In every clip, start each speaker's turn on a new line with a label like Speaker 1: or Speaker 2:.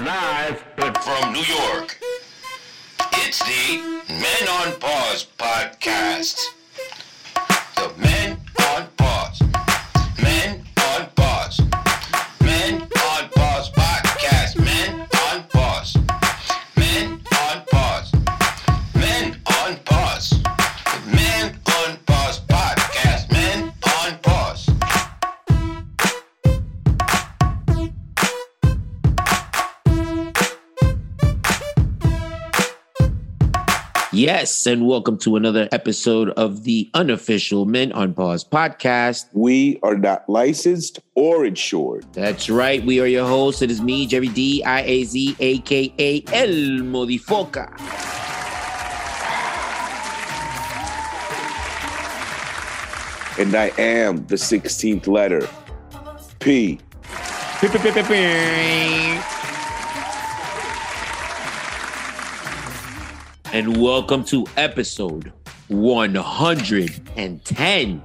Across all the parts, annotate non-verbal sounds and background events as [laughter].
Speaker 1: live
Speaker 2: from New York. It's the Men on Pause podcast. The Men on Pause. Men on Pause. Men on Pause podcast. Men on Pause. Men on Pause. Men on Pause. The Men on Pause podcast. Men on Pause.
Speaker 3: Yes, and welcome to another episode of the unofficial Men on Pause podcast.
Speaker 4: We are not licensed or insured.
Speaker 3: That's right, we are your hosts. It is me, Jerry D, I A Z, aka El Modifoca.
Speaker 4: And I am the 16th letter. P.
Speaker 3: And welcome to episode 110.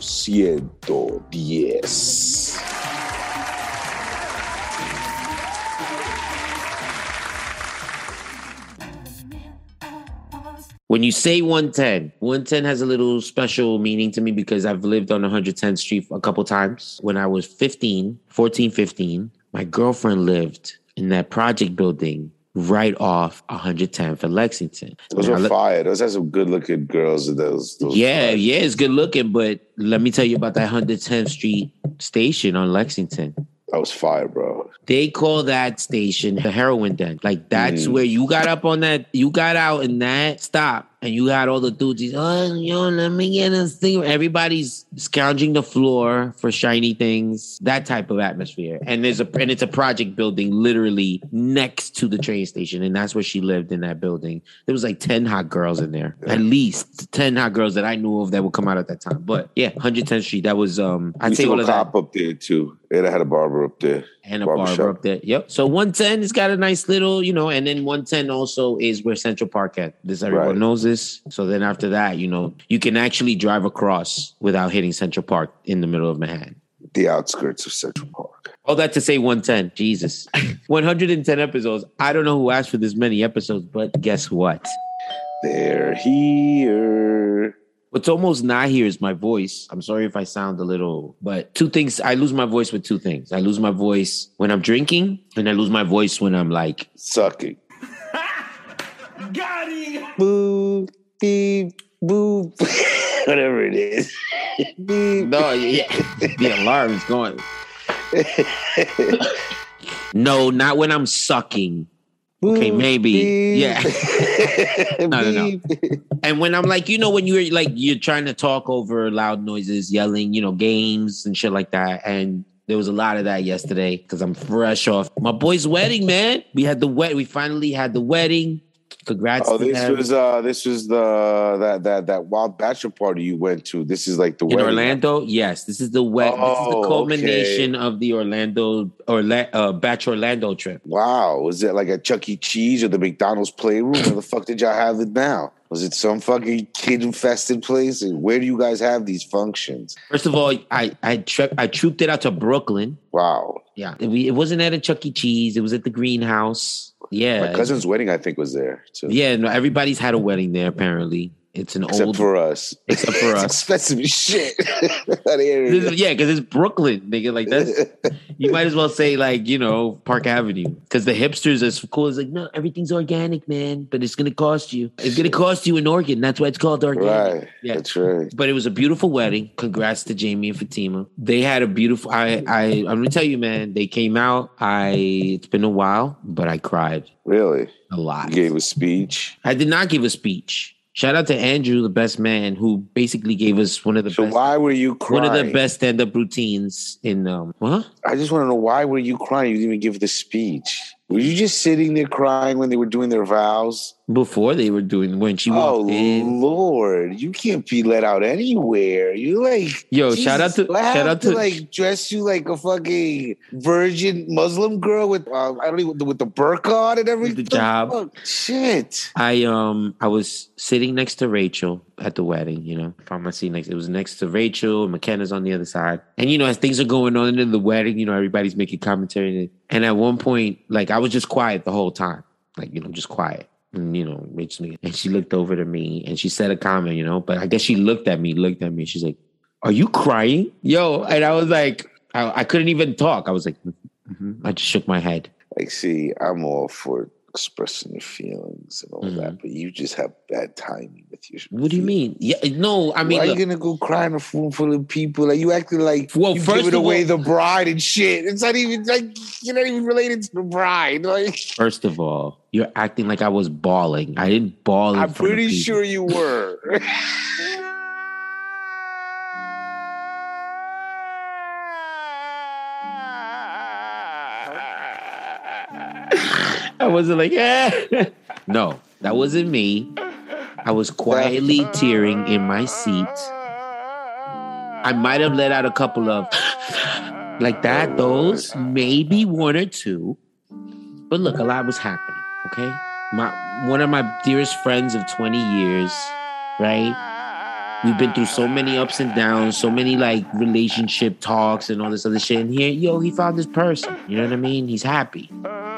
Speaker 4: Ciento diez.
Speaker 3: When you say 110, 110 has a little special meaning to me because I've lived on 110th Street a couple times. When I was 15, 14, 15, my girlfriend lived in that project building right off 110th for Lexington.
Speaker 4: Those
Speaker 3: Now,
Speaker 4: are
Speaker 3: let-
Speaker 4: fire. Those are some good looking girls. in Those, those
Speaker 3: yeah, yeah, it's good looking, but let me tell you about that 110th Street station on Lexington.
Speaker 4: That was fire, bro.
Speaker 3: They call that station the heroin den. Like that's
Speaker 4: Mm.
Speaker 3: where you got up on that, you got out in that stop, and you had all the dudes. he's, Oh, yo, let me get a cigarette. Everybody's scounging the floor for shiny things. That type of atmosphere. And there's a and it's a project building literally next to the train station, and that's where she lived in that building. There was like ten hot girls in there, at least ten hot girls that I knew of that would come out at that time. But yeah, 110th Street. That was um.
Speaker 4: I
Speaker 3: I'd
Speaker 4: used
Speaker 3: say
Speaker 4: to
Speaker 3: all
Speaker 4: have a
Speaker 3: of that
Speaker 4: cop up there too. And I had a barber up there.
Speaker 3: and a
Speaker 4: Barbershop.
Speaker 3: barber up there. Yep. So 110 it's got a nice little, you know, and then 110 also is where Central Park at. This everyone
Speaker 4: Right.
Speaker 3: knows this. So then after that, you know, you can actually drive across without hitting Central Park in the middle of Manhattan.
Speaker 4: The outskirts of Central Park.
Speaker 3: All that to say 110. Jesus. 110 episodes. I don't know who asked for this many episodes, but guess what?
Speaker 4: They're here.
Speaker 3: What's almost not here is my voice. I'm sorry if I sound a little, but two things. I lose my voice with two things. I lose my voice when I'm drinking, and I lose my voice when I'm like
Speaker 4: Sucking.
Speaker 1: [laughs] Got it.
Speaker 4: Boo, dee, boo. [laughs] Whatever it is. Dee.
Speaker 3: No, yeah, [laughs] the alarm's going. [laughs] No, not when I'm sucking. Okay, maybe. Yeah.
Speaker 4: no,
Speaker 3: no, no. And when I'm like, you know, when you're like, you're trying to talk over loud noises, yelling, you know, games and shit like that. And there was a lot of that yesterday because I'm fresh off my boy's wedding, man. We had the wed. We finally had the wedding. Congrats.
Speaker 4: Oh,
Speaker 3: to
Speaker 4: this
Speaker 3: them.
Speaker 4: was uh, this was the that that that wild bachelor party you went to. This is like the
Speaker 3: in
Speaker 4: wedding.
Speaker 3: Orlando. Yes, this is the wed. this is
Speaker 4: Oh,
Speaker 3: the culmination of the Orlando or uh, Batch Orlando trip.
Speaker 4: Wow, was it like a Chuck E. Cheese or the McDonald's playroom?
Speaker 3: [laughs]
Speaker 4: Where the fuck did y'all have it now? Was it some fucking kid infested place? And Where do you guys have these functions?
Speaker 3: First of all, I I tre- I trooped it out to Brooklyn.
Speaker 4: Wow,
Speaker 3: Yeah, it, we- it wasn't at a Chuck E. Cheese. It was at the Greenhouse. Yeah,
Speaker 4: my cousin's wedding I think was there too.
Speaker 3: yeah. No, everybody's had a wedding there. Apparently, it's an
Speaker 4: except
Speaker 3: old.
Speaker 4: for us.
Speaker 3: Except for
Speaker 4: [laughs] It's
Speaker 3: us.
Speaker 4: expensive
Speaker 3: [laughs]
Speaker 4: as shit. that area.
Speaker 3: This is- yeah, because it's Brooklyn, nigga. Like that's you might as well say like you know Park Avenue because the hipsters are cool. It's like no, everything's organic, man, but it's gonna cost you. It's gonna cost you an organ. That's why it's called organic.
Speaker 4: [laughs] right.
Speaker 3: Yeah.
Speaker 4: That's right.
Speaker 3: But it was a beautiful wedding. Congrats to Jamie and Fatima. They had a beautiful. I I I'm gonna tell you, man. They came out. I it's been a while, but I cried
Speaker 4: Really,
Speaker 3: a lot.
Speaker 4: you gave a speech.
Speaker 3: I did not give a speech. Shout out to Andrew, the best man, who basically gave us one of the
Speaker 4: So
Speaker 3: best.
Speaker 4: why were you
Speaker 3: One
Speaker 4: crying?
Speaker 3: of the best stand-up routines in um huh?
Speaker 4: I just want to know why were you crying? You didn't even give the speech. Were you just sitting there crying when they were doing their vows?
Speaker 3: before they were doing when she
Speaker 4: Oh
Speaker 3: walked in.
Speaker 4: Lord, you can't be let out anywhere. You like
Speaker 3: Yo,
Speaker 4: Jesus,
Speaker 3: shout out to
Speaker 4: do I
Speaker 3: shout
Speaker 4: have
Speaker 3: out to
Speaker 4: like dress you like a fucking virgin Muslim girl with uh, I don't even with the burqa on and everything.
Speaker 3: job.
Speaker 4: Fuck, shit.
Speaker 3: I um I was sitting next to Rachel at the wedding, you know. If I'm gonna see next, it was next to Rachel. McKenna's on the other side, and you know as things are going on in the wedding, you know everybody's making commentary, and, and at one point, like I was just quiet the whole time, like you know just quiet. And you know, Rachel, and she looked over to me and she said a comment, you know, but I guess she looked at me, looked at me. She's like, "Are you crying, yo?" And I was like, I, I couldn't even talk. I was like, mhm. I just shook my head.
Speaker 4: Like, see, I'm all for expressing your feelings and all that, but you just have bad timing with your.
Speaker 3: Mm-hmm. What do you
Speaker 4: feelings.
Speaker 3: mean? Yeah, no, I mean,
Speaker 4: Why
Speaker 3: look,
Speaker 4: you gonna go cry in a room full of people? Like you acting like
Speaker 3: Well,
Speaker 4: you
Speaker 3: first
Speaker 4: giving
Speaker 3: of
Speaker 4: away
Speaker 3: all-
Speaker 4: the bride and shit. It's not even like you're not even related to the bride. Like
Speaker 3: First of all, you're acting like I was bawling. I didn't bawl. in
Speaker 4: I'm
Speaker 3: front of
Speaker 4: pretty
Speaker 3: people. [laughs]
Speaker 4: sure you were.
Speaker 3: I wasn't like, yeah. no, that wasn't me. I was quietly tearing in my seat. I might have let out a couple of [sighs] like that, those, maybe one or two. But look, a lot was happening, okay? My one of my dearest friends of 20 years, right? We've been through so many ups and downs, so many like relationship talks and all this other shit. And here, yo, he found this person. You know what I mean? He's happy.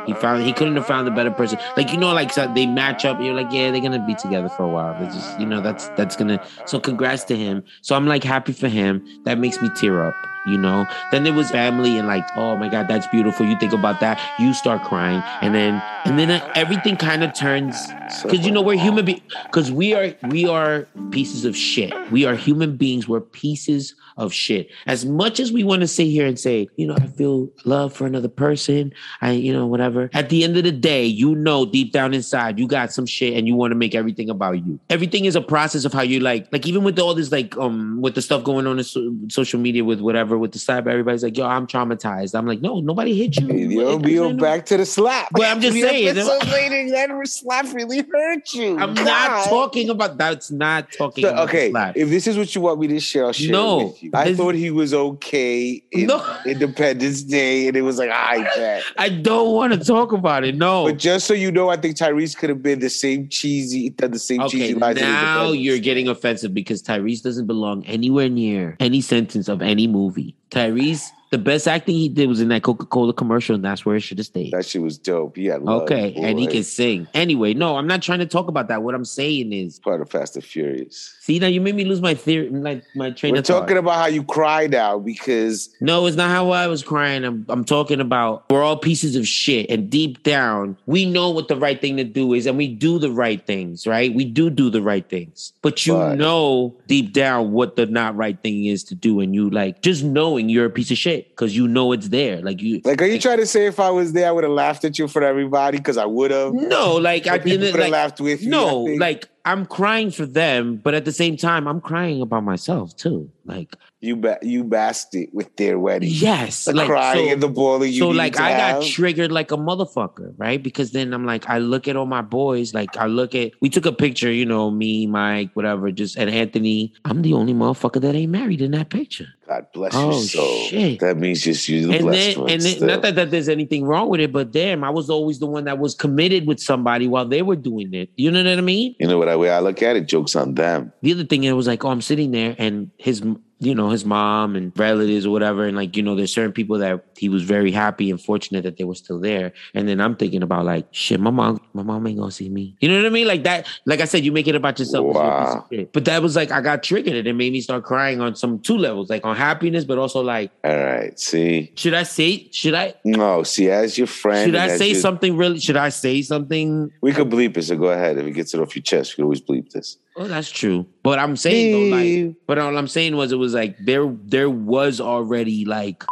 Speaker 3: He found he couldn't have found a better person. Like you know, like so they match up. You're like, yeah, they're gonna be together for a while. They just, you know, that's that's gonna. So congrats to him. So I'm like happy for him. That makes me tear up. You know. Then there was family and like, oh my god, that's beautiful. You think about that, you start crying, and then and then everything kind of turns because
Speaker 4: [laughs]
Speaker 3: you know we're human beings. Because we are we are pieces of shit. We are human beings. We're pieces of shit. As much as we want to sit here and say, you know, I feel love for another person. I, you know, whatever. At the end of the day, you know, deep down inside, you got some shit, and you want to make everything about you. Everything is a process of how you like, like even with all this, like, um, with the stuff going on in so- social media, with whatever, with the cyber, everybody's like, yo, I'm traumatized. I'm like, no, nobody hit you.
Speaker 4: Yo, Bill, back to the slap.
Speaker 3: But I'm just
Speaker 4: Three
Speaker 3: saying,
Speaker 4: Episodes later, that slap really hurt you.
Speaker 3: I'm
Speaker 4: God.
Speaker 3: not talking about that's not talking.
Speaker 4: So,
Speaker 3: about
Speaker 4: okay,
Speaker 3: this life.
Speaker 4: if this is what you want me to share, I'll share
Speaker 3: No,
Speaker 4: it with you. I
Speaker 3: this-
Speaker 4: thought he was okay in
Speaker 3: No.
Speaker 4: Independence Day, and it was like, I bet.
Speaker 3: I don't want to talk about it. No.
Speaker 4: But just so you know, I think Tyrese could have been the same cheesy, done the same
Speaker 3: Okay,
Speaker 4: cheesy lines. in
Speaker 3: now
Speaker 4: Independence.
Speaker 3: you're getting offensive because Tyrese doesn't belong anywhere near any sentence of any movie. Tyrese, the best acting he did was in that Coca Cola commercial, and that's where it should have stayed.
Speaker 4: That shit was dope. Yeah.
Speaker 3: Okay, and he
Speaker 4: boy.
Speaker 3: can sing. Anyway, no, I'm not trying to talk about that. What I'm saying is,
Speaker 4: part of Fast and Furious.
Speaker 3: see, now you made me lose my theory, like my train
Speaker 4: We're
Speaker 3: of thought.
Speaker 4: talking about how you cry now because
Speaker 3: No, it's not how I was crying. I'm, I'm talking about we're all pieces of shit. And deep down, we know what the right thing to do is. And we do the right things, right? We do do the right things. But you
Speaker 4: Right.
Speaker 3: know deep down what the not right thing is to do. And you like just knowing you're a piece of shit because you know it's there. Like you.
Speaker 4: Like, are you trying to say if I was there, I would have laughed at you for everybody? Because I would have.
Speaker 3: no, like I
Speaker 4: But people
Speaker 3: didn't.
Speaker 4: would have
Speaker 3: Like,
Speaker 4: laughed with you.
Speaker 3: no,
Speaker 4: I think.
Speaker 3: like I'm crying for them. But at the same time, I'm crying about myself too. Like,
Speaker 4: you, ba- you bastard with their wedding.
Speaker 3: yes.
Speaker 4: The
Speaker 3: like,
Speaker 4: crying
Speaker 3: so-
Speaker 4: and the boiling. You
Speaker 3: so
Speaker 4: need
Speaker 3: like
Speaker 4: to
Speaker 3: I
Speaker 4: have.
Speaker 3: got triggered like a motherfucker, right? Because then I'm like, I look at all my boys, like I look at we took a picture, you know, me, Mike, whatever, just and Anthony. I'm the only motherfucker that ain't married in that picture.
Speaker 4: God bless
Speaker 3: Oh,
Speaker 4: your soul.
Speaker 3: shit.
Speaker 4: That means just you the
Speaker 3: and
Speaker 4: blessed
Speaker 3: then
Speaker 4: one.
Speaker 3: and then,
Speaker 4: still.
Speaker 3: not that, that there's anything wrong with it, but damn, I was always the one that was committed with somebody while they were doing it. You know what I mean?
Speaker 4: you know what? I way I look at it, jokes on them.
Speaker 3: the other thing it was like oh i'm sitting there and his you know his mom and relatives or whatever and like you know there's certain people that he was very happy and fortunate that they were still there and then i'm thinking about like shit my mom my mom ain't gonna see me you know what i mean like that like i said you make it about yourself 'cause you're a piece of
Speaker 4: Wow.
Speaker 3: shit. but that was like i got triggered and it made me start crying on some two levels like on happiness but also like
Speaker 4: All right. See,
Speaker 3: should i say should i
Speaker 4: no. See, as your friend,
Speaker 3: should
Speaker 4: and
Speaker 3: i
Speaker 4: as
Speaker 3: say
Speaker 4: your-
Speaker 3: something really should i say something
Speaker 4: We could bleep it. So go ahead. If it gets it off your chest, we could always bleep this.
Speaker 3: Oh, that's true. But I'm saying though,
Speaker 4: Ew.
Speaker 3: like, but all I'm saying was it was like there there was already like.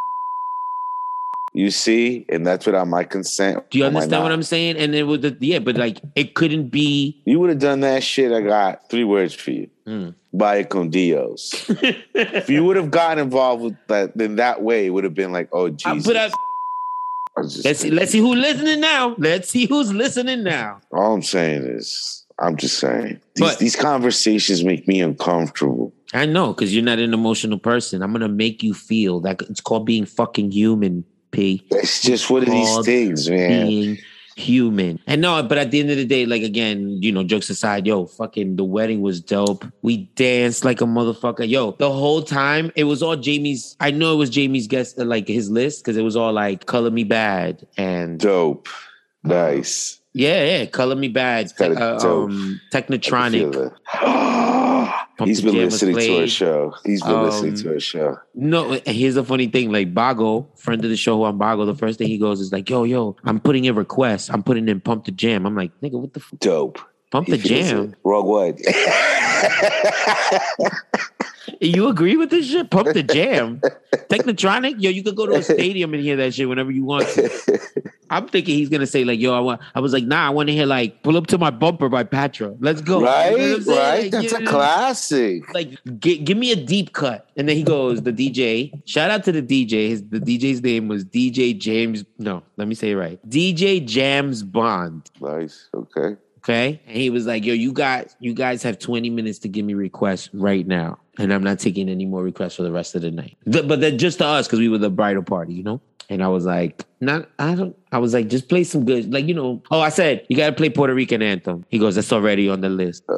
Speaker 4: You see, and that's without my consent.
Speaker 3: Do you
Speaker 4: or my
Speaker 3: understand
Speaker 4: not.
Speaker 3: what I'm saying? And it was the, yeah, but like it couldn't be.
Speaker 4: You would have done that shit. I got three words for you.
Speaker 3: [laughs] Mm.
Speaker 4: Via con Dios. if you would have gotten involved with that, then that way it would have been like,
Speaker 3: Uh,
Speaker 4: oh
Speaker 3: I
Speaker 4: Jesus.
Speaker 3: put out
Speaker 4: I just
Speaker 3: Let's see,
Speaker 4: think-
Speaker 3: let's see who's listening now. Let's see who's listening now.
Speaker 4: all I'm saying is, I'm just saying these,
Speaker 3: But-
Speaker 4: these conversations make me uncomfortable.
Speaker 3: I know, because you're not an emotional person. I'm gonna make you feel that it's called being fucking human, P.
Speaker 4: It's just one of
Speaker 3: Called
Speaker 4: these things, man.
Speaker 3: being human. And no, but at the end of the day, like again, you know, jokes aside, yo, fucking the wedding was dope. We danced like a motherfucker. Yo, the whole time it was all Jamie's. I know it was Jamie's guest, like his list, because it was all like "Color Me Bad" and
Speaker 4: Dope, nice.
Speaker 3: yeah, yeah, "Color Me Bad,"
Speaker 4: It's kinda
Speaker 3: uh,
Speaker 4: dope.
Speaker 3: um,
Speaker 4: I can feel [gasps]
Speaker 3: Technotronic.
Speaker 4: that.
Speaker 3: Pump
Speaker 4: He's
Speaker 3: the
Speaker 4: been
Speaker 3: Jam was
Speaker 4: listening to our
Speaker 3: played.
Speaker 4: show. He's been listening
Speaker 3: Um,
Speaker 4: to our show.
Speaker 3: No, and here's the funny thing. Like Bago, friend of the show, who I'm Bago, the first thing he goes is like, "Yo, yo, I'm putting in requests. I'm putting in pump the jam." I'm like, "Nigga, what the f-
Speaker 4: Dope.
Speaker 3: pump
Speaker 4: [laughs] He
Speaker 3: the
Speaker 4: feels
Speaker 3: jam?"
Speaker 4: it. Wrong one. [laughs]
Speaker 3: You agree with this shit? Pump the
Speaker 4: [laughs]
Speaker 3: jam. Technotronic, yo, you could go to a stadium and hear that shit whenever you want. to.
Speaker 4: [laughs]
Speaker 3: I'm thinking he's gonna say like, yo, I want. I was like, nah, I want to hear like, pull up to my bumper by Patra. Let's go. You know what I'm
Speaker 4: right,
Speaker 3: saying?
Speaker 4: right.
Speaker 3: Like,
Speaker 4: That's
Speaker 3: you
Speaker 4: a
Speaker 3: know,
Speaker 4: classic.
Speaker 3: Like, gi- give me a deep cut, and then he goes, the DJ. Shout out to the DJ. His the DJ's name was DJ James. No, let me say it right. DJ James Bond.
Speaker 4: Nice. Okay.
Speaker 3: Okay. And he was like, yo, you got you guys have 20 minutes to give me requests right now. And I'm not taking any more requests for the rest of the night. The- but then just to us, because we were the bridal party, you know? And I was like, not I don't I was like, just play some good, like, you know. Oh, I said, you gotta play Puerto Rican anthem. He goes, That's already on the list.
Speaker 4: Uh,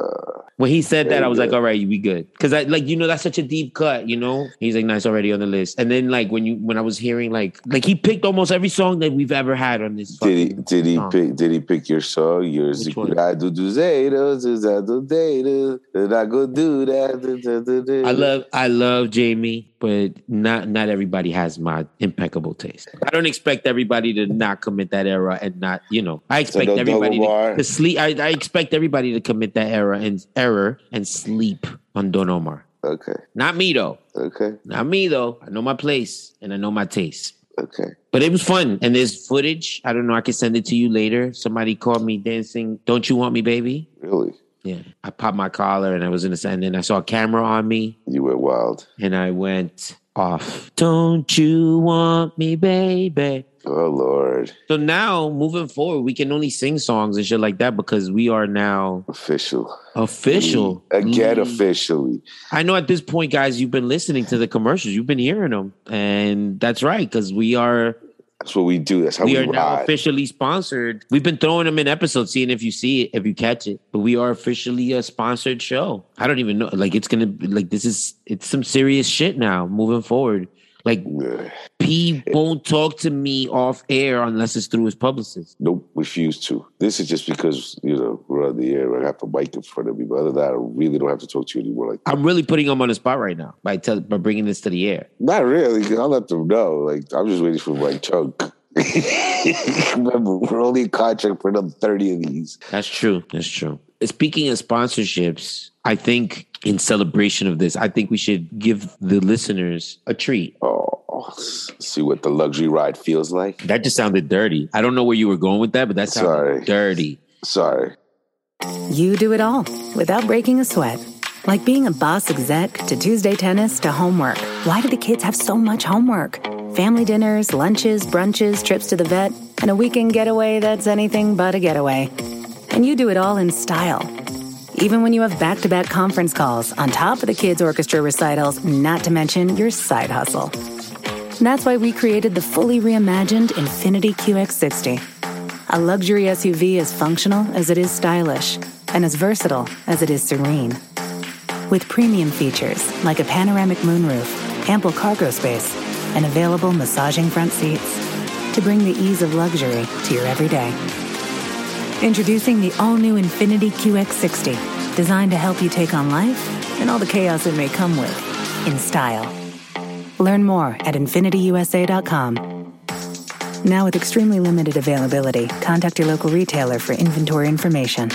Speaker 3: when he said that,
Speaker 4: very
Speaker 3: I was like,
Speaker 4: good.
Speaker 3: all right, we good. Cause I like, you know, that's such a deep cut, you know? He's like, nice already on the list. And then like when you when I was hearing like like he picked almost every song that we've ever had on this
Speaker 4: Did he?
Speaker 3: fucking-
Speaker 4: Did he
Speaker 3: song.
Speaker 4: pick? Did he pick your song? Your
Speaker 3: Which one?
Speaker 4: I do do zeros, is I do data, then I go do that. da, da, da, da.
Speaker 3: I love I love Jamie, but not not everybody has my impeccable taste. I don't expect everybody to not commit that error and not, you know, I
Speaker 4: So
Speaker 3: expect
Speaker 4: no
Speaker 3: everybody
Speaker 4: double
Speaker 3: to,
Speaker 4: bar.
Speaker 3: to sleep. I, I expect everybody to commit that error and error and sleep on Don Omar.
Speaker 4: Okay.
Speaker 3: Not me though.
Speaker 4: Okay.
Speaker 3: Not me though. I know my place and I know my taste.
Speaker 4: Okay.
Speaker 3: But it was fun. And there's footage. I don't know. I can send it to you later. Somebody called me dancing. Don't you want me, baby?
Speaker 4: Really,
Speaker 3: Yeah. I popped my collar and I was in the and then I saw a camera on me
Speaker 4: you went wild.
Speaker 3: and I went off. Don't you want me, baby?
Speaker 4: Oh Lord,
Speaker 3: So now moving forward, we can only sing songs and shit like that because we are now
Speaker 4: official.
Speaker 3: official.
Speaker 4: Again,
Speaker 3: Mm.
Speaker 4: officially.
Speaker 3: I know at this point, guys, you've been listening to the commercials, you've been hearing them, and that's right because we are
Speaker 4: That's what we do. That's how
Speaker 3: we
Speaker 4: we,
Speaker 3: are now
Speaker 4: ride.
Speaker 3: officially sponsored. We've been throwing them in episodes, seeing if you see it, if you catch it. But we are officially a sponsored show. I don't even know. Like it's gonna be like this is it's some serious shit now moving forward. Like
Speaker 4: Yeah.
Speaker 3: P won't talk to me off air unless it's through his publicist.
Speaker 4: Nope, refuse to. This is just because you know we're on the air. I have a mic in front of me, but other than that, I really don't have to talk to you anymore. Like,
Speaker 3: I'm really putting him on the spot right now by tell, by bringing this to the air.
Speaker 4: not really. 'cause I'll let them know. Like, I'm just waiting for my chunk. [laughs] Remember, we're only in contract for another thirty of these.
Speaker 3: That's true. That's true. Speaking of sponsorships, I think in celebration of this, I think we should give the listeners a treat.
Speaker 4: Oh, see what the luxury ride feels like.
Speaker 3: That just sounded dirty. I don't know where you were going with that, but that sounded
Speaker 4: Sorry.
Speaker 3: dirty.
Speaker 4: Sorry.
Speaker 1: You do it all without breaking a sweat. Like being a boss exec to Tuesday tennis to homework. Why do the kids have so much homework? Family dinners, lunches, brunches, trips to the vet, and a weekend getaway that's anything but a getaway. And you do it all in style. Even when you have back to back conference calls on top of the kids' orchestra recitals, not to mention your side hustle. And that's why we created the fully reimagined Infinity QX60. A luxury SUV as functional as it is stylish and as versatile as it is serene. With premium features like a panoramic moonroof, ample cargo space, and available massaging front seats to bring the ease of luxury to your everyday. Introducing the all new Infinity QX60, designed to help you take on life and all the chaos it may come with in style. Learn more at infinityusa.com. Now with extremely limited availability, contact your local retailer for inventory information.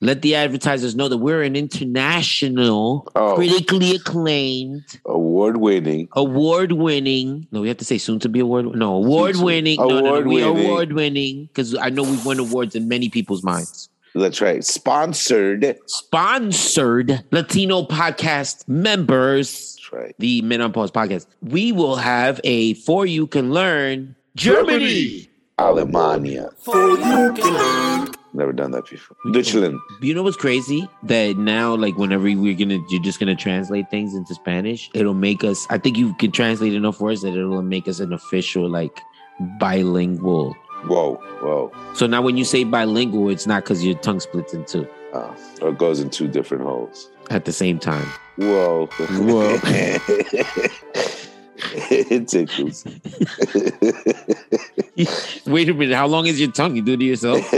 Speaker 3: Let the advertisers know that we're an international,
Speaker 4: Oh.
Speaker 3: critically acclaimed,
Speaker 4: Award-winning.
Speaker 3: award winning. No, we have to say soon to be award. No, award winning. No, no, no, we
Speaker 4: Award-winning.
Speaker 3: award winning because I know we've won awards in many people's minds.
Speaker 4: That's right. Sponsored. That's
Speaker 3: Sponsored Latino podcast members,
Speaker 4: right.
Speaker 3: the Men on Pause podcast. We will have a for you can learn Germany,
Speaker 4: Alemania. Never done that before. Deutschland.
Speaker 3: You know what's crazy? That now, like, whenever we're gonna, you're just gonna translate things into Spanish. It'll make us. I think you can translate enough words that it'll make us an official, like, bilingual.
Speaker 4: Whoa, whoa.
Speaker 3: So now, when you say bilingual, it's not because your tongue splits in two
Speaker 4: Uh, or it goes in two different holes.
Speaker 3: at the same time. [laughs]
Speaker 4: Whoa.
Speaker 3: Whoa.
Speaker 4: [laughs] it tickles.
Speaker 3: [laughs] Wait a minute. How long is your tongue? You do it to
Speaker 4: [laughs]
Speaker 3: yourself?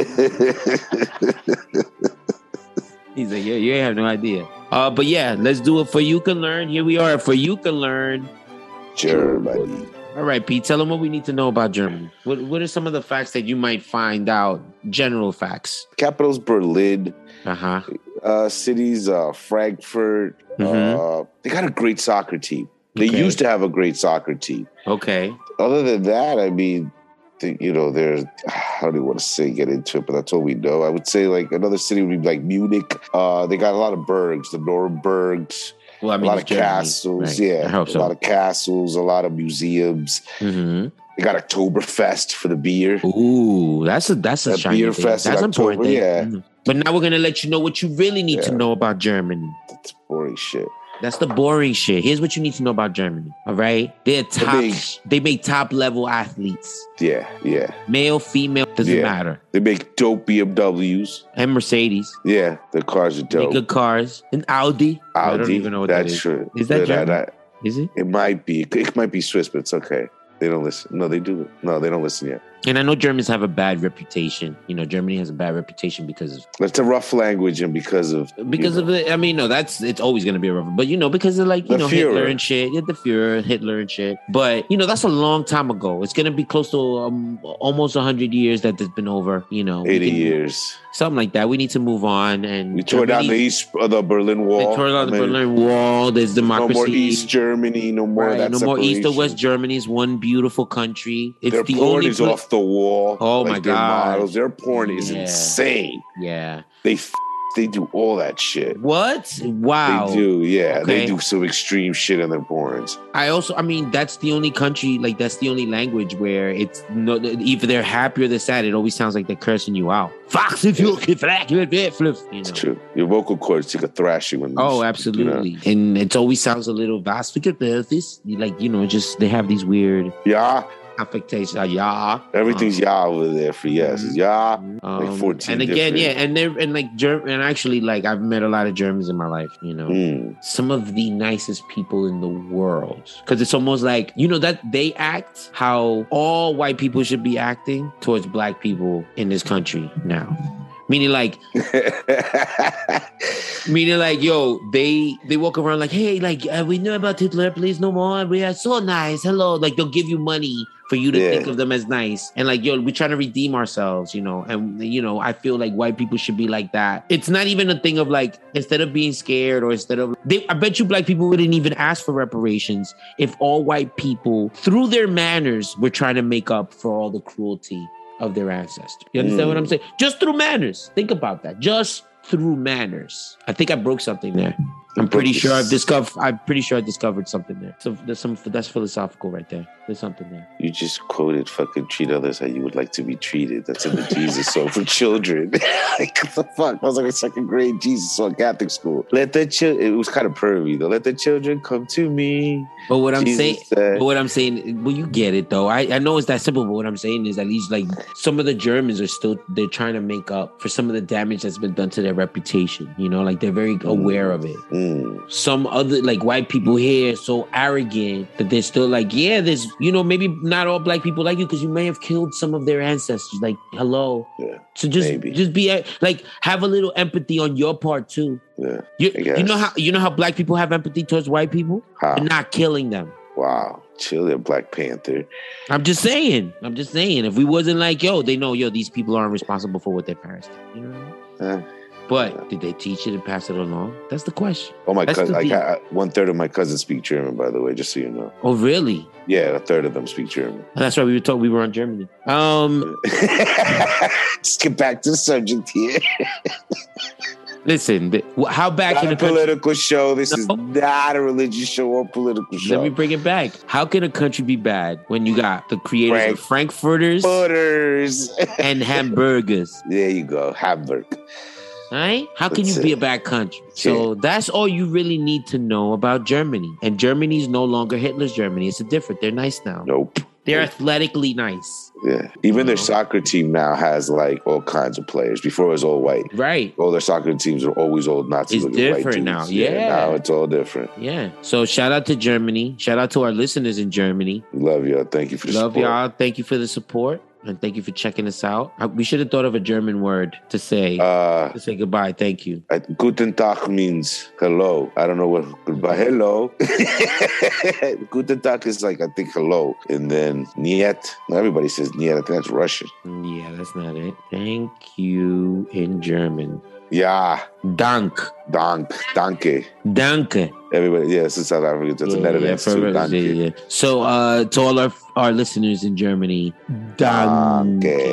Speaker 3: He's like, yeah, you ain't have no idea. Uh, but yeah, let's do it for you can learn. Here we are for you can learn.
Speaker 4: Germany.
Speaker 3: All right, Pete, tell them what we need to know about Germany. What What are some of the facts that you might find out? General facts.
Speaker 4: Capitals Berlin.
Speaker 3: Uh huh.
Speaker 4: uh, cities, uh, Frankfurt. Uh,
Speaker 3: Mhm.
Speaker 4: they got a great soccer team. They
Speaker 3: Okay.
Speaker 4: used to have a great soccer team.
Speaker 3: Okay.
Speaker 4: Other than that, I mean, the, you know, there's [sighs] I don't even want to say get into it, but that's all we know. I would say like another city would be like Munich. Uh, they got a lot of bergs, the Nurembergs,
Speaker 3: Well, I mean,
Speaker 4: a lot
Speaker 3: it's
Speaker 4: of
Speaker 3: Germany,
Speaker 4: castles,
Speaker 3: right?
Speaker 4: yeah,
Speaker 3: I hope
Speaker 4: a lot
Speaker 3: so.
Speaker 4: of castles, a lot of museums.
Speaker 3: Mhm.
Speaker 4: They got Oktoberfest for the beer.
Speaker 3: Ooh, that's a that's a
Speaker 4: That
Speaker 3: shiny
Speaker 4: beer
Speaker 3: thing.
Speaker 4: fest in
Speaker 3: That's an important.
Speaker 4: October,
Speaker 3: Thing.
Speaker 4: yeah.
Speaker 3: Mhm. But now we're gonna let you know what you really need to
Speaker 4: Yeah.
Speaker 3: know about Germany.
Speaker 4: That's boring shit.
Speaker 3: That's the boring shit. Here's what you need to know about Germany. All right, they're top.
Speaker 4: big.
Speaker 3: They make top level athletes,
Speaker 4: Yeah, yeah.
Speaker 3: male, female, doesn't
Speaker 4: Yeah.
Speaker 3: matter.
Speaker 4: They make dope BMWs.
Speaker 3: And Mercedes,
Speaker 4: Yeah, the cars are
Speaker 3: they
Speaker 4: dope.
Speaker 3: good cars. And Audi. I don't
Speaker 4: Audi,
Speaker 3: even know what
Speaker 4: that's
Speaker 3: that is.
Speaker 4: true.
Speaker 3: Is that
Speaker 4: They're not-
Speaker 3: German?
Speaker 4: not-
Speaker 3: Is it?
Speaker 4: it might be. It might be Swiss, but it's okay. They don't listen. No, they do. No, they don't listen yet.
Speaker 3: And I know Germans have a bad reputation. You know, Germany has a bad reputation because of
Speaker 4: It's a rough language, and because of
Speaker 3: because of the. I mean, no, that's it's always going to be a rough. But you know, because of like you
Speaker 4: The
Speaker 3: know Hitler
Speaker 4: Fuhrer.
Speaker 3: and shit, yeah, the Fuhrer, Hitler and shit. But you know, that's a long time ago. It's going to be close to um, almost hundred years that it's been over. You know, we
Speaker 4: eighty
Speaker 3: can-
Speaker 4: years.
Speaker 3: something like that. We need to move on and
Speaker 4: We tore down the
Speaker 3: Germany-
Speaker 4: East, uh, the Berlin Wall.
Speaker 3: They tore down the
Speaker 4: I mean,
Speaker 3: Berlin Wall. There's
Speaker 4: No
Speaker 3: democracy.
Speaker 4: more East Germany. No more
Speaker 3: Right,
Speaker 4: of that.
Speaker 3: no more East or
Speaker 4: separation.
Speaker 3: West Germany is one beautiful country. It's
Speaker 4: Their
Speaker 3: the
Speaker 4: porn
Speaker 3: only
Speaker 4: is
Speaker 3: pla-
Speaker 4: off the wall.
Speaker 3: Oh, my
Speaker 4: their
Speaker 3: God.
Speaker 4: Models. Their porn is
Speaker 3: Yeah.
Speaker 4: insane.
Speaker 3: Yeah.
Speaker 4: They f- they do all that shit.
Speaker 3: What? Wow.
Speaker 4: They do, yeah. They
Speaker 3: Okay.
Speaker 4: do some extreme shit in their porns.
Speaker 3: I also, I mean, that's the only country, like that's the only language where it's no. If they're happy or they're sad, it always sounds like they're cursing you out. Fox, if you can flack, you know.
Speaker 4: It's true. Your vocal cords take a thrashing when
Speaker 3: Oh,
Speaker 4: you
Speaker 3: absolutely. And it always sounds a little vast because they're this, like you know, just they have these weird
Speaker 4: know. Yeah,
Speaker 3: affectations. Like, yeah,
Speaker 4: everything's
Speaker 3: Oh.
Speaker 4: yeah over there for yes. It's Yeah,
Speaker 3: Um,
Speaker 4: 14
Speaker 3: and again,
Speaker 4: different-
Speaker 3: yeah, and they're and like Germ and actually like I've met a lot of Germans in my life, you know.
Speaker 4: Mm.
Speaker 3: Some of the nicest people in the world. Cause it's almost like, you know, that they act how all white people should be acting towards black people in this country now. Meaning like
Speaker 4: mm. [laughs]
Speaker 3: meaning like, yo, they they walk around like, hey, like uh, we know about Hitler, please no more. We are so nice. Hello, like they'll give you money for you to
Speaker 4: Yeah.
Speaker 3: think of them as nice, and like, yo, we're trying to redeem ourselves, you know. And you know, I feel like white people should be like that. It's not even a thing of like instead of being scared or instead of they. I bet you black people wouldn't even ask for reparations if all white people through their manners were trying to make up for all the cruelty of their ancestors. You understand what I'm
Speaker 4: Mm.
Speaker 3: saying? Just through manners. Think about that. Just through manners. I think I broke something there. I'm pretty sure I've discovered. I'm pretty sure I discovered something there. So there's some that's philosophical right there. There's something there.
Speaker 4: you just quoted "fucking treat others how you would like to be treated." That's in the Jesus song for children. [laughs] like what the fuck? I was like a second grade Jesus song, Catholic school. Let the children. It was kind of pervy though. Let the children come to me.
Speaker 3: But what I'm
Speaker 4: Jesus
Speaker 3: saying.
Speaker 4: said-
Speaker 3: But what I'm saying, well, you get it though. I, I know it's that simple, but what I'm saying is at least like some of the Germans are still they're trying to make up for some of the damage that's been done to their reputation. You know, like they're very aware of it.
Speaker 4: Mm.
Speaker 3: some other like white people here so arrogant that they're still like, yeah, there's you know maybe not all black people like you because you may have killed some of their ancestors. Like, hello,
Speaker 4: Yeah,
Speaker 3: so just
Speaker 4: maybe.
Speaker 3: just be eh, like have a little empathy on your part too.
Speaker 4: yeah.
Speaker 3: You,
Speaker 4: I
Speaker 3: you know
Speaker 4: guess. Ah.
Speaker 3: how you know how black people have empathy towards white people,
Speaker 4: Huh.
Speaker 3: But not killing them.
Speaker 4: Wow, chill there, Black Panther.
Speaker 3: I'm just saying. I'm just saying. If we wasn't like, yo, they know, yo, these people aren't responsible for what their parents did. You know what I mean?
Speaker 4: Eh.
Speaker 3: But did they teach it and pass it along? That's the question.
Speaker 4: Oh my
Speaker 3: That's
Speaker 4: cousin,
Speaker 3: the
Speaker 4: like
Speaker 3: beat.
Speaker 4: I, one third of my cousins speak German, by the way, just so you know.
Speaker 3: Oh, really?
Speaker 4: Yeah, a third of them speak German. [laughs]
Speaker 3: That's right. We were told we were on Germany. Um,
Speaker 4: Let's get back to the subject here.
Speaker 3: Listen, th- wh- how back
Speaker 4: Not
Speaker 3: in
Speaker 4: a
Speaker 3: the country?
Speaker 4: political show. This is
Speaker 3: No.
Speaker 4: not a religious show or political
Speaker 3: Let
Speaker 4: show.
Speaker 3: me bring it back. How can a country be bad when you got the creators of Frankfurters
Speaker 4: Butters.
Speaker 3: and hamburgers?
Speaker 4: there you go. Hamburg.
Speaker 3: Right? How can
Speaker 4: That's
Speaker 3: you be
Speaker 4: it.
Speaker 3: a bad country? So that's all you really need to know about Germany. And Germany's no longer Hitler's Germany. It's a different. They're nice now.
Speaker 4: Nope.
Speaker 3: They're athletically nice.
Speaker 4: Yeah. Even their
Speaker 3: No.
Speaker 4: soccer team now has like all kinds of players. Before it was all white.
Speaker 3: Right.
Speaker 4: All their soccer teams are always old Nazi
Speaker 3: It's
Speaker 4: looking white
Speaker 3: different
Speaker 4: dudes.
Speaker 3: now. Yeah.
Speaker 4: Now it's all different.
Speaker 3: Yeah. So shout out to Germany. Shout out to our listeners in Germany.
Speaker 4: We love y'all. Thank you for the
Speaker 3: Love
Speaker 4: support.
Speaker 3: y'all. Thank you for the support. And thank you for checking us out. Uh, We should have thought of a German word to say
Speaker 4: Uh,
Speaker 3: to say goodbye. Thank you.
Speaker 4: I- guten Tag means hello. I don't know what goodbye. Hello. [laughs] guten Tag is like I think hello, and then niet. Everybody says niet. I think that's Russian.
Speaker 3: Mm, Yeah, that's not it. Thank you in German.
Speaker 4: Yeah.
Speaker 3: Dank.
Speaker 4: Dank. Danke.
Speaker 3: Danke.
Speaker 4: Everybody. Yeah, it's in South Africa. That's the
Speaker 3: Yeah,
Speaker 4: Netherlands
Speaker 3: yeah,
Speaker 4: too.
Speaker 3: for-
Speaker 4: Danke.
Speaker 3: yeah, yeah. So uh to all our, our listeners in Germany,
Speaker 4: Ah,
Speaker 3: danke.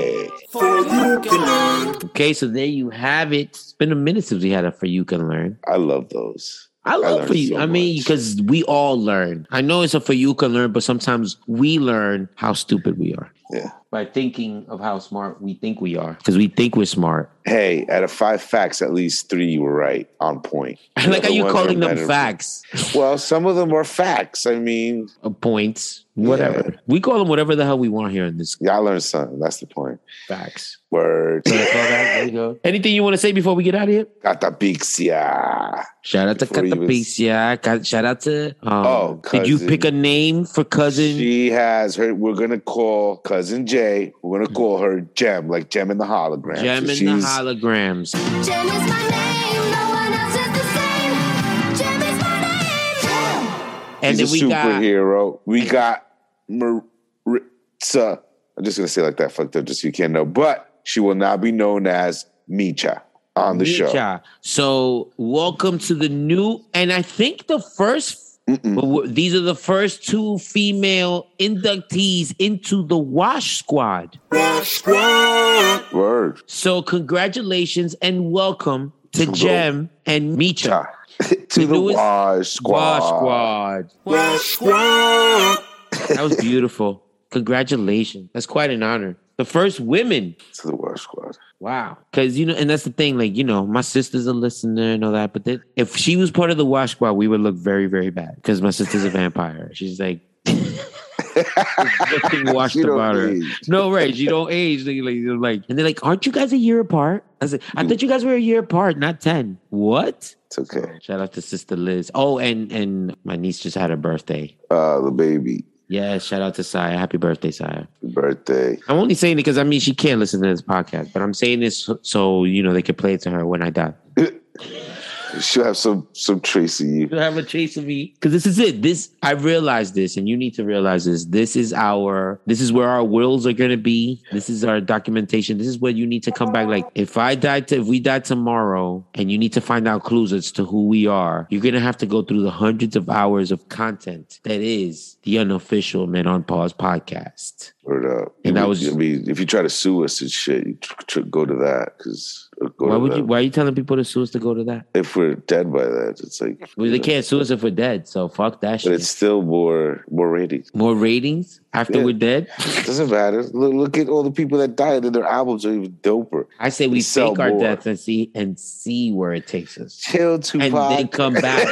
Speaker 4: Danke.
Speaker 3: Okay, so there you have it. It's been a minute since we had a for you can learn.
Speaker 4: I love those.
Speaker 3: I love
Speaker 4: learned
Speaker 3: for you.
Speaker 4: so
Speaker 3: I mean,
Speaker 4: much.
Speaker 3: because we all learn. I know it's a for you can learn, but sometimes we learn how stupid we are.
Speaker 4: Yeah.
Speaker 3: By thinking of how smart we think we are, because we think we're smart. [laughs]
Speaker 4: Hey, out of five facts, at least three were right on point.
Speaker 3: [laughs] I like how
Speaker 4: The
Speaker 3: you're
Speaker 4: ones
Speaker 3: calling them
Speaker 4: that matter-
Speaker 3: facts,
Speaker 4: Well, some of them are facts. I mean,
Speaker 3: uh, points, whatever. We call them whatever the hell we want here in this
Speaker 4: y'all learned something. That's the point.
Speaker 3: [laughs] facts.
Speaker 4: Word.
Speaker 3: So that's all that. There you go. Anything you want to say before we get out of here?
Speaker 4: Catapixia.
Speaker 3: Shout out to
Speaker 4: Before you was-
Speaker 3: Catapecia. Ca- Shout out to. Um,
Speaker 4: Oh,
Speaker 3: did you pick a
Speaker 4: cousin.
Speaker 3: name for cousin?
Speaker 4: She has her. We're gonna call cousin Jay. We're gonna call her Gem, like Gem in the hologram.
Speaker 3: Gem
Speaker 4: So
Speaker 3: Mm-hmm. in the holograms.
Speaker 4: she's-
Speaker 5: Jim is my name, no one else is the same. Jim is my name.
Speaker 3: And then
Speaker 4: she's a
Speaker 3: we got.
Speaker 4: superhero. we got Maritza. I'm just gonna say it like that, fucked up, just so you can't know. But she will now be known as Micha on the show.
Speaker 3: Mecha. So welcome to the new, and I think the 1st these are the first two female inductees into the Wash Squad. [laughs]
Speaker 4: Word.
Speaker 3: So congratulations and welcome to
Speaker 4: To the-
Speaker 3: Jem and Micha.
Speaker 4: Cha. to the
Speaker 3: newest
Speaker 4: Wash Squad.
Speaker 3: Wash Squad. That was beautiful. congratulations. That's quite an honor. The first women
Speaker 4: To the Wash Squad.
Speaker 3: Wow. Because, you know, and that's the thing, like, you know, my sister's a listener and all that, but then if she was part of the wash squad, we would look very, very bad because my sister's a vampire. [laughs] She's
Speaker 4: [laughs]
Speaker 3: like, just being washed
Speaker 4: She don't
Speaker 3: about her.
Speaker 4: age.
Speaker 3: No, right. You don't age. They- Like, they're like, and they're like, aren't you guys a year apart? I said, I thought you guys were a year apart, not 10. What?
Speaker 4: It's okay.
Speaker 3: Shout out to Sister Liz. Oh, and and my niece just had her birthday.
Speaker 4: Uh, the baby,
Speaker 3: Yeah, shout out to Saya. Happy birthday, Saya.
Speaker 4: birthday.
Speaker 3: I'm only saying it because I mean she can't listen to this podcast, but I'm saying this so- so you know they can play it to her when I die.
Speaker 4: She'll have some some trace of you.
Speaker 3: You have a chase of me because this is it. This I realize this, and you need to realize this. This is our. This is where our wills are going to be. This is our documentation. This is where you need to come back. Like if I die, to, if we die tomorrow, and you need to find out clues as to who we are, you're going to have to go through the hundreds of hours of content that is the unofficial Men on Pause podcast.
Speaker 4: Word up.
Speaker 3: And that was-
Speaker 4: I mean, if you try to sue us and shit, you tr- tr- go to that because go
Speaker 3: Why
Speaker 4: to
Speaker 3: would
Speaker 4: that.
Speaker 3: you? Why are you telling people to sue us to go to that?
Speaker 4: If we're dead by that, it's like.
Speaker 3: Well, they can't sue us if we're dead. So fuck that
Speaker 4: But
Speaker 3: shit.
Speaker 4: it's still more more ratings.
Speaker 3: More ratings after
Speaker 4: Yeah.
Speaker 3: we're dead.
Speaker 4: Doesn't matter. Look, look at all the people that died, and their albums are even doper.
Speaker 3: I say we
Speaker 4: Sell
Speaker 3: fake our
Speaker 4: more.
Speaker 3: deaths and see and see where it takes us,
Speaker 4: Chill,
Speaker 3: and
Speaker 4: Tupac.
Speaker 3: then come
Speaker 4: [laughs]
Speaker 3: back,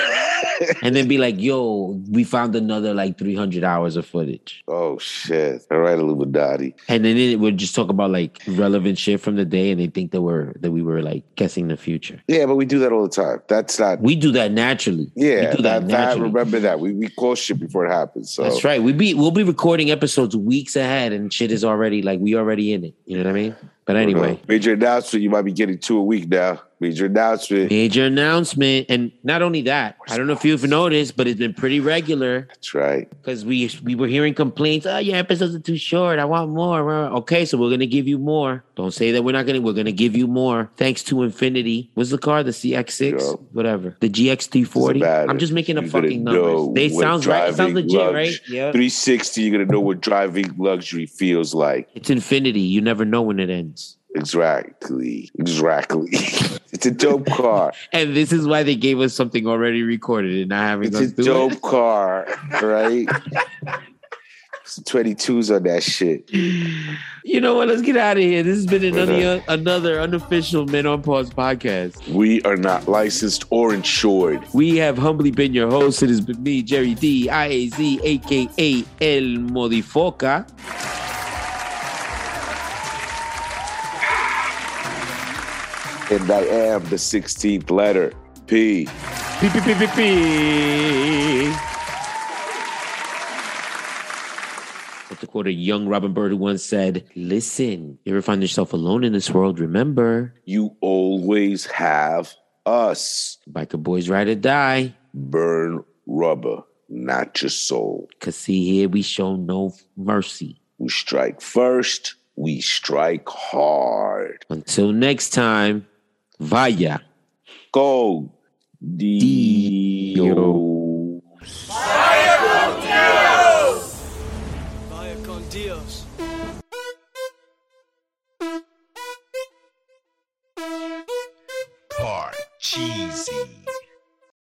Speaker 3: and then be like, "Yo, we found another like 300 hours of footage,"
Speaker 4: oh shit! All right, Illuminati.
Speaker 3: and then it would just talk about like relevant shit from the day, and they think that we're that we were like guessing the future.
Speaker 4: Yeah, but we do that all the time. That's not.
Speaker 3: We do that naturally.
Speaker 4: Yeah,
Speaker 3: we do that,
Speaker 4: that, that,
Speaker 3: naturally.
Speaker 4: remember that. We, we call shit before it happens. So
Speaker 3: That's right. We be we'll be recording episodes weeks ahead, and shit is already like we already in it. You know what I mean?
Speaker 4: Uh-huh.
Speaker 3: But anyway.
Speaker 4: Major announcement. You might be getting two a week now. Major announcement.
Speaker 3: Major announcement, and not only that, I don't know if you've noticed, but it's been pretty regular
Speaker 4: That's right.
Speaker 3: because we we were hearing complaints. Oh, your episodes are too short. I want more. Okay, so we're gonna give you more. Don't say that we're not gonna. We're gonna give you more. Thanks to Infinity, was the car the CX6,
Speaker 4: Yeah.
Speaker 3: whatever, the GX340.
Speaker 4: Doesn't matter.
Speaker 3: I'm just making up
Speaker 4: You're gonna
Speaker 3: fucking
Speaker 4: know
Speaker 3: numbers. They
Speaker 4: what
Speaker 3: sounds right. It sounds
Speaker 4: driving
Speaker 3: legit, right?
Speaker 4: lux-
Speaker 3: Yeah.
Speaker 4: 360, you're going to know what driving luxury feels like.
Speaker 3: It's Infinity. You never know when it ends.
Speaker 4: Exactly. Exactly. [laughs] it's a dope car.
Speaker 3: And this is why they gave us something already recorded and not having
Speaker 4: It's
Speaker 3: us
Speaker 4: a
Speaker 3: do
Speaker 4: dope
Speaker 3: it.
Speaker 4: car, right? [laughs] Some 22s on that shit.
Speaker 3: You know what? Let's get out of here. This has been another another unofficial Men on Pause podcast.
Speaker 4: We are not licensed or insured.
Speaker 3: We have humbly been your host. It has been me, Jerry D, IAZ, aka El Modifoca.
Speaker 4: And I am the 16th letter. P.
Speaker 3: P P P P P. But to quote a young Robin Bird who once said, Listen, you ever find yourself alone in this world, remember,
Speaker 4: You always have us.
Speaker 3: biker boys ride or die.
Speaker 4: Burn rubber, not your soul.
Speaker 3: Cause see here we show no mercy.
Speaker 4: We strike first, we strike hard.
Speaker 3: Until next time, vaya.
Speaker 4: Go, Dio.
Speaker 6: Vaya con Dios.
Speaker 2: Part cheesy.